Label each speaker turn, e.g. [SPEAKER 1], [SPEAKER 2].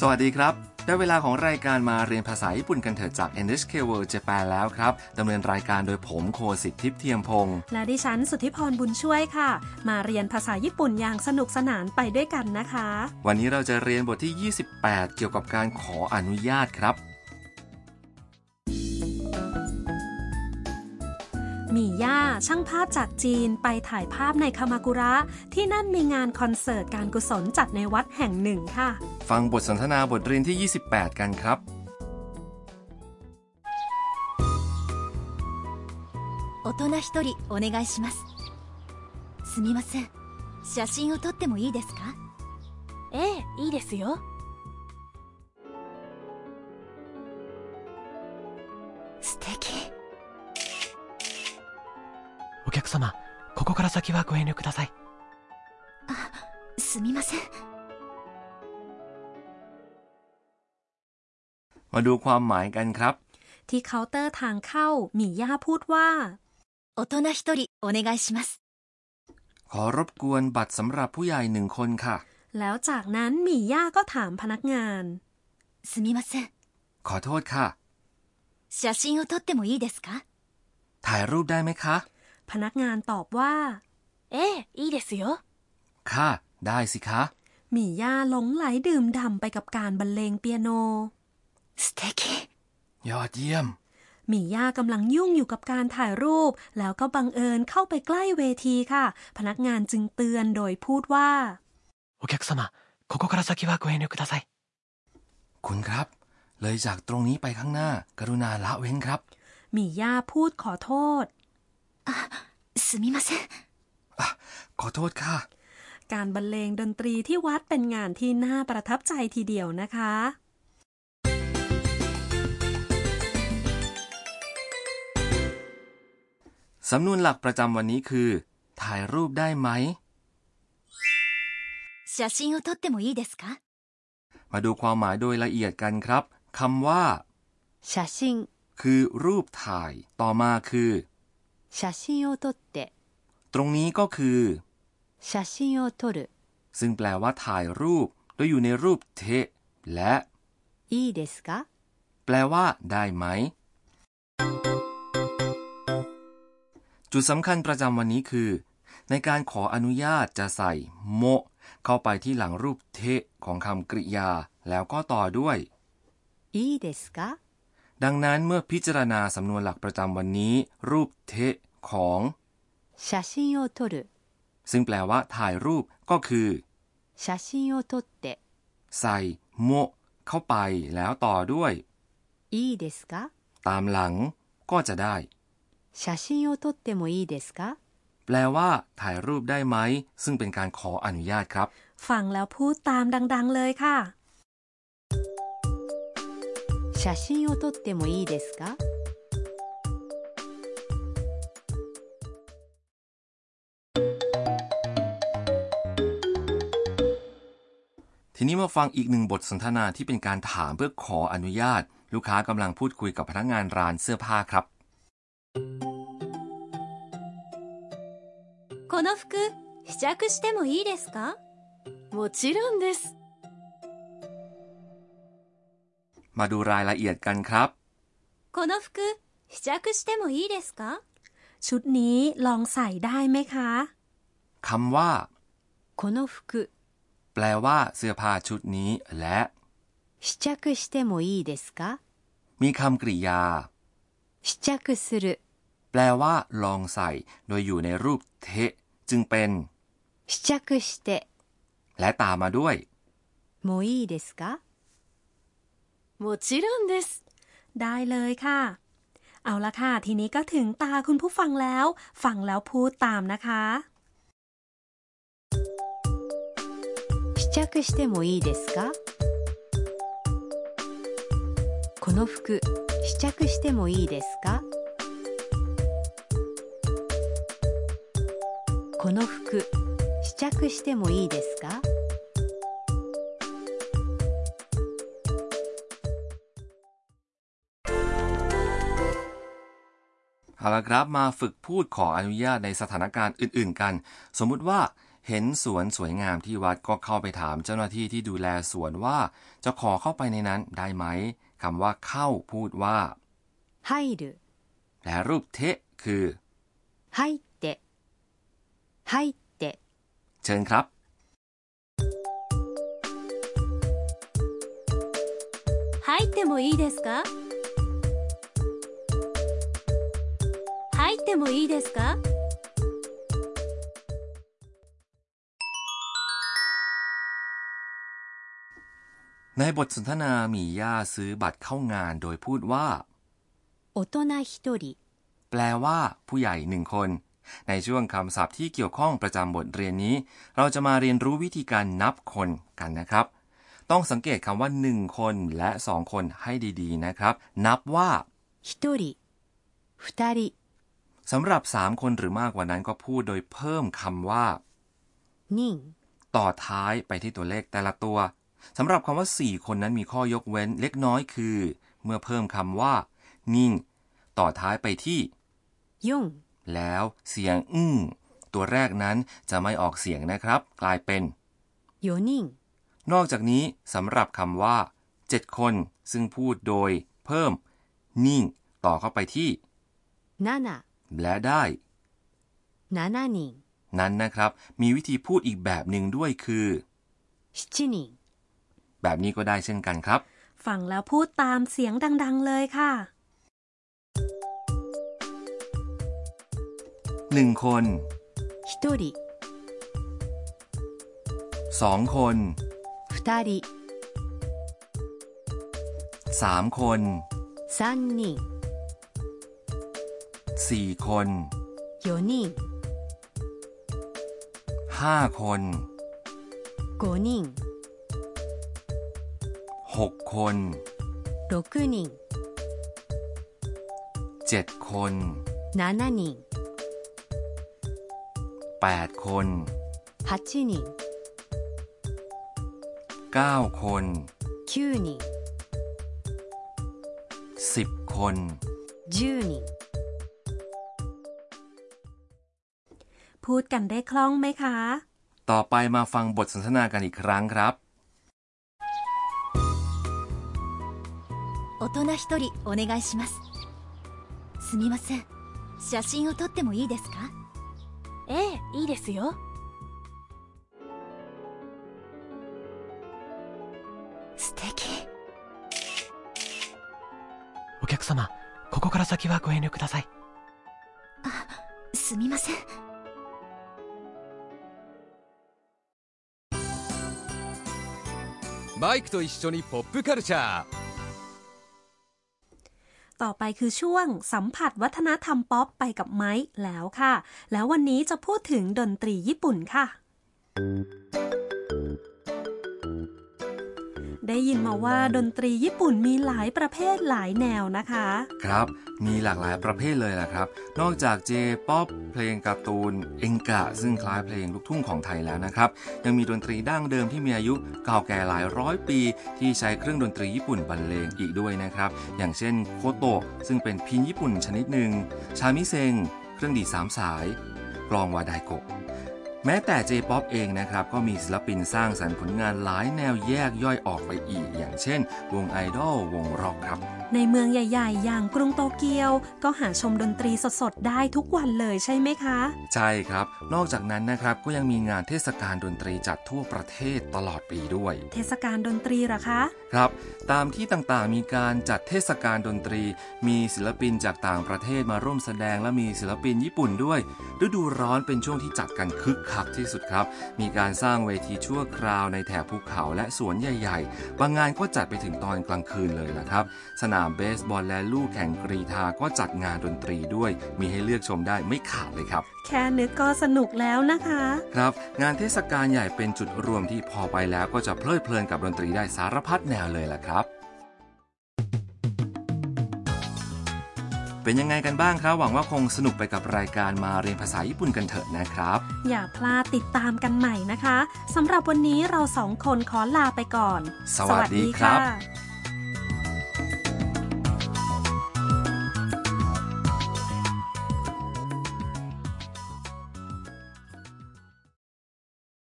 [SPEAKER 1] สวัสดีครับ ได้เวลาของรายการมาเรียนภาษาญี่ปุ่นกันเถอะจาก NHK World Japan แล้วครับ ดำเนินรายการโดยผมโคสิทธิ์ทิพย์เทียมพงศ์
[SPEAKER 2] และดิฉันสุทธิพรบุญช่วยค่ะ มาเรียนภาษาญี่ปุ่นอย่างสนุกสนานไปด้วยกันนะคะ
[SPEAKER 1] วันนี้เราจะเรียนบทที่ 28 เกี่ยวกับการขออนุญาตครับ
[SPEAKER 2] มีย่าช่างภาพจากจีนไปถ่ายภาพในคามากุระ ที่นั่นมีงานคอนเสิร์ตการกุศลจัดในวัดแห่งหนึ่งค่ะ
[SPEAKER 1] ฟังบทสนทนาบทเรียนที่ 28 กันครับ
[SPEAKER 3] 大人一人お願いしますすみません写真を撮ってもいいですか
[SPEAKER 4] ええいいですよ
[SPEAKER 3] 素敵
[SPEAKER 5] お客様、ここから先はご遠慮ください。
[SPEAKER 3] すみません
[SPEAKER 1] มาดูความหมายกันครับ
[SPEAKER 2] ที่เคาน์เตอร์ทางเข้ามีย่าพูดว่า
[SPEAKER 3] 大人一人お願いします
[SPEAKER 1] ขอรบกวนบัตรสำหรับผู้ใหญ่หนึ่งคนค่ะ
[SPEAKER 2] แล้วจากนั้นมีย่าก็ถามพนักงาน
[SPEAKER 3] すみません
[SPEAKER 1] ขอโทษค่ะ
[SPEAKER 3] 写真を撮ってもいいですか
[SPEAKER 1] ถ่ายรูปได้ไหมคะ
[SPEAKER 2] พนักงานตอบว่า
[SPEAKER 4] ええいいですよ
[SPEAKER 1] ค่ะ ได้สิคะ
[SPEAKER 2] มีย่าหลงไหลดื่มด่ำไปกับการบรรเลงเปียโน
[SPEAKER 3] 素敵
[SPEAKER 1] ยอดเยี่ยม
[SPEAKER 2] มีย่ากำลังยุ่งอยู่กับการถ่ายรูป แล้วก็บังเอิญเข้าไปใกล้เวทีค่ะ พนักงานจึงเตือนโดยพูดว่า
[SPEAKER 5] お客様、ここから先はご遠慮ください。
[SPEAKER 1] คุณครับ เลยจากตรงนี้ไปข้างหน้า กรุณาละเว้นครับ
[SPEAKER 2] มีย่าพูดขอโทษ
[SPEAKER 3] すみません
[SPEAKER 1] ขอโทษค่ะ
[SPEAKER 2] การบรรเลงดนตรีที่วัดเป็นงานที่น่าประทับใจทีเดียวนะคะ
[SPEAKER 1] สำนวนหลักประจำวันนี้คือ ถ่ายรูปได้ไหม
[SPEAKER 3] 写真を撮ってもいいですか
[SPEAKER 1] มาดูความหมายโดยละเอียดกันครับคำว่า
[SPEAKER 6] 写真
[SPEAKER 1] คือรูปถ่าย ต่อมาคือ
[SPEAKER 6] 写真を撮って
[SPEAKER 1] ตรงนี้ก็คือ
[SPEAKER 6] 写真を撮る
[SPEAKER 1] ซึ่งแปลว่าถ่ายรูป โดยอยู่ในรูปเทะ และ
[SPEAKER 6] いいですか
[SPEAKER 1] แปลว่า ได้ไหม จุดสำคัญประจำวันนี้คือ ในการขออนุญาตจะใส่โมะเข้าไปที่หลังรูปเทะของคำกริยา แล้วก็ต่อด้วย
[SPEAKER 6] いいですか
[SPEAKER 1] ดังนั้นเมื่อพิจารณาสำนวนหลักประจำวันนี้ รูปเทะของ
[SPEAKER 6] 写真を撮る
[SPEAKER 1] ซึ่งแปลว่า ถ่ายรูปก็คือ
[SPEAKER 6] 写真を撮って
[SPEAKER 1] ใส่โมะเข้าไปแล้วต่อด้วย
[SPEAKER 6] いいですか
[SPEAKER 1] ตามหลังก็จะได้
[SPEAKER 6] 写真を撮ってもいいですか
[SPEAKER 1] แปลว่า ถ่ายรูปได้ไหม ซึ่งเป็นการขออนุญาตครับ
[SPEAKER 2] ฟังแล้วพูดตามดังๆเลยค่ะ
[SPEAKER 6] 写真を撮ってもいいですか
[SPEAKER 1] ทีนี้มาฟังอีกหนึ่งบทสนทนาที่เป็นการถามเพื่อขออนุญาต ลูกค้ากำลังพูดคุยกับพนักงานร้านเสื้อผ้าครับ
[SPEAKER 4] この服試着してもいいですかもちろんです
[SPEAKER 1] มาดูรายละเอียดกันครับ
[SPEAKER 4] この服試着してもいいですか
[SPEAKER 2] ชุดนี้ลองใส่ได้ไหมคะ
[SPEAKER 1] คำว่า
[SPEAKER 6] この服
[SPEAKER 1] แปลว่า เสื้อผ้าชุดนี้ และ
[SPEAKER 6] 試着してもいいですか
[SPEAKER 1] มีคำกริยา
[SPEAKER 6] 試着する
[SPEAKER 1] แปลว่า ลองใส่ โดยอยู่ในรูปเทะ จึงเป็น
[SPEAKER 6] 試着して
[SPEAKER 1] และตามมาด้วย
[SPEAKER 6] もいいですか
[SPEAKER 4] もちろんです
[SPEAKER 2] ได้เลยค่ะ เอาละค่ะ ทีนี้ก็ถึงตาคุณผู้ฟังแล้ว ฟังแล้วพูดตามนะคะ
[SPEAKER 6] 試着してもいいですかこの服試着してもいいですかこの服試着してもいいですか
[SPEAKER 1] เอาละครับมาฝึกพูดขออนุญาตในสถานการณ์อื่น ๆ กัน สมมุติว่า เห็นสวนสวยงามที่วัดก็เข้าไปถามเจ้าหน้าที่ที่ดูแลสวนว่า จะขอเข้าไปในนั้นได้ไหมคำว่าเข้าพูดว่า
[SPEAKER 6] 入る
[SPEAKER 1] และรูปเทะคือ
[SPEAKER 6] 入って入って
[SPEAKER 1] เชิญครับ
[SPEAKER 4] 入ってもいいですか入ってもいいですか
[SPEAKER 1] ในบทสนทนามีย่าซื้อบัตรเข้างานโดยพูดว่า
[SPEAKER 6] 大人一人
[SPEAKER 1] แปลว่าผู้ใหญ่หนึ่งคน ในช่วงคำศัพท์ที่เกี่ยวข้องประจำบทเรียนนี้ เราจะมาเรียนรู้วิธีการนับคนกันนะครับ ต้องสังเกตคำว่าหนึ่งคนและสองคนให้ดีๆนะครับ นับว่า
[SPEAKER 6] 一人二人
[SPEAKER 1] สำหรับสามคนหรือมากกว่านั้นก็พูดโดยเพิ่มคำว่า
[SPEAKER 6] 人
[SPEAKER 1] ต่อท้ายไปที่ตัวเลขแต่ละตัวสำหรับคำว่า 4 คนนั้นมีข้อยกเว้นเล็กน้อยคือ เมื่อเพิ่มคำว่า นิ่ง ต่อท้ายไปที่
[SPEAKER 6] 四
[SPEAKER 1] แล้วเสียงอื้งตัวแรกนั้นจะไม่ออกเสียงนะครับ กลายเป็น
[SPEAKER 6] 四人
[SPEAKER 1] นอกจากนี้สำหรับคำว่า 7 คน ซึ่งพูดโดย เพิ่ม นิ่ง ต่อเข้าไปที่
[SPEAKER 6] 七
[SPEAKER 1] และได้
[SPEAKER 6] 七人
[SPEAKER 1] นั้นนะครับ มีวิธีพูดอีกแบบหนึ่งด้วยคือ
[SPEAKER 6] 七人
[SPEAKER 1] แบบนี้ก็ได้เช่นกันครับ
[SPEAKER 2] ฟังแล้วพูดตามเสียงดัง ๆ เลยค่ะ
[SPEAKER 1] 1 คน
[SPEAKER 6] 一人
[SPEAKER 1] 2 คน
[SPEAKER 6] 二人
[SPEAKER 1] 3 คน
[SPEAKER 6] 三人
[SPEAKER 1] 4 คน
[SPEAKER 6] 四人
[SPEAKER 1] 5 คน
[SPEAKER 6] 五人
[SPEAKER 1] 6 คน
[SPEAKER 6] 六人
[SPEAKER 1] 7 คน
[SPEAKER 6] 七人
[SPEAKER 1] 8 คน
[SPEAKER 6] 八人
[SPEAKER 1] 9 คน
[SPEAKER 6] 九人
[SPEAKER 1] 10 คน
[SPEAKER 6] 十人
[SPEAKER 2] พูดกันได้คล่องไหมคะ
[SPEAKER 1] ต่อไปมาฟังบทสนทนากันอีกครั้งครับ
[SPEAKER 3] 大人一人お願いしますすみません写真を撮ってもいいですか
[SPEAKER 4] ええいいですよ
[SPEAKER 3] 素敵
[SPEAKER 5] お客様、ここから先はご遠慮ください。
[SPEAKER 3] すみません
[SPEAKER 7] マイクと一緒にポップカルチャー
[SPEAKER 2] ต่อไปคือช่วงสัมผัสวัฒนธรรมป๊อปไปกับไม้แล้วค่ะ แล้ววันนี้จะพูดถึงดนตรีญี่ปุ่นค่ะ ได้ยินมาว่าดนตรีญี่ปุ่นมีหลายประเภทหลายแนวนะคะ
[SPEAKER 1] ครับ มีหลากหลายประเภทเลยล่ะครับ นอกจากเจป๊อปเพลงการ์ตูน เอ็งกะ ซึ่งคล้ายเพลงลูกทุ่งของไทยแล้วนะครับ ยังมีดนตรีดั้งเดิมที่มีอายุเก่าแก่หลายร้อยปี ที่ใช้เครื่องดนตรีญี่ปุ่นบรรเลงอีกด้วยนะครับ อย่างเช่นโคโตะซึ่งเป็นพินญี่ปุ่นชนิดหนึ่ง ชามิเซง เครื่องดีดสามสาย กลองวาไดโกะ แม้แต่ J-POP เองนะครับ ก็มีศิลปินสร้างสรรค์ผลงานหลายแนวแยกย่อยออกไปอีก อย่างเช่น วงไอดอลวงร็อกครับ
[SPEAKER 2] ในเมืองใหญ่ๆ อย่างกรุงโตเกียว ก็หาชมดนตรีสดๆ ได้ทุกวันเลยใช่ไหมคะ
[SPEAKER 1] ใช่ครับ นอกจากนั้นนะครับก็ยังมีงานเทศกาลดนตรีจัดทั่วประเทศตลอดปีด้วย
[SPEAKER 2] เทศกาลดนตรีเหรอคะ
[SPEAKER 1] ครับ ตามที่ต่างๆ มีการจัดเทศกาลดนตรี มีศิลปินจากต่างประเทศมาร่วมแสดงและมีศิลปินญี่ปุ่นด้วย ฤดูร้อนเป็นช่วงที่จัดกันคึกคักที่สุดครับ มีการสร้างเวทีชั่วคราวในแถบภูเขาและสวนใหญ่ๆ บางงานก็จัดไปถึงตอนกลางคืนเลยล่ะครับ สนามเบสบอลและลู่แข่งกรีธาก็จัดงานดนตรีด้วย มีให้เลือกชมได้ไม่ขาดเลยครับ
[SPEAKER 2] แค่นึกก็สนุกแล้วนะคะ
[SPEAKER 1] ครับงานเทศกาลใหญ่เป็นจุดรวมที่พอไปแล้วก็จะเพลิดเพลินกับดนตรีได้สารพัดแนวเลยล่ะครับ เป็นยังไงกันบ้างครับ หวังว่าคงสนุกไปกับรายการมาเรียนภาษาญี่ปุ่นกันเถอะนะครับ
[SPEAKER 2] อย่าพลาดติดตามกันใหม่นะคะ สำหรับวันนี้เราสองคนขอลาไปก่อน
[SPEAKER 1] สวัสดีครับ
[SPEAKER 2] ะ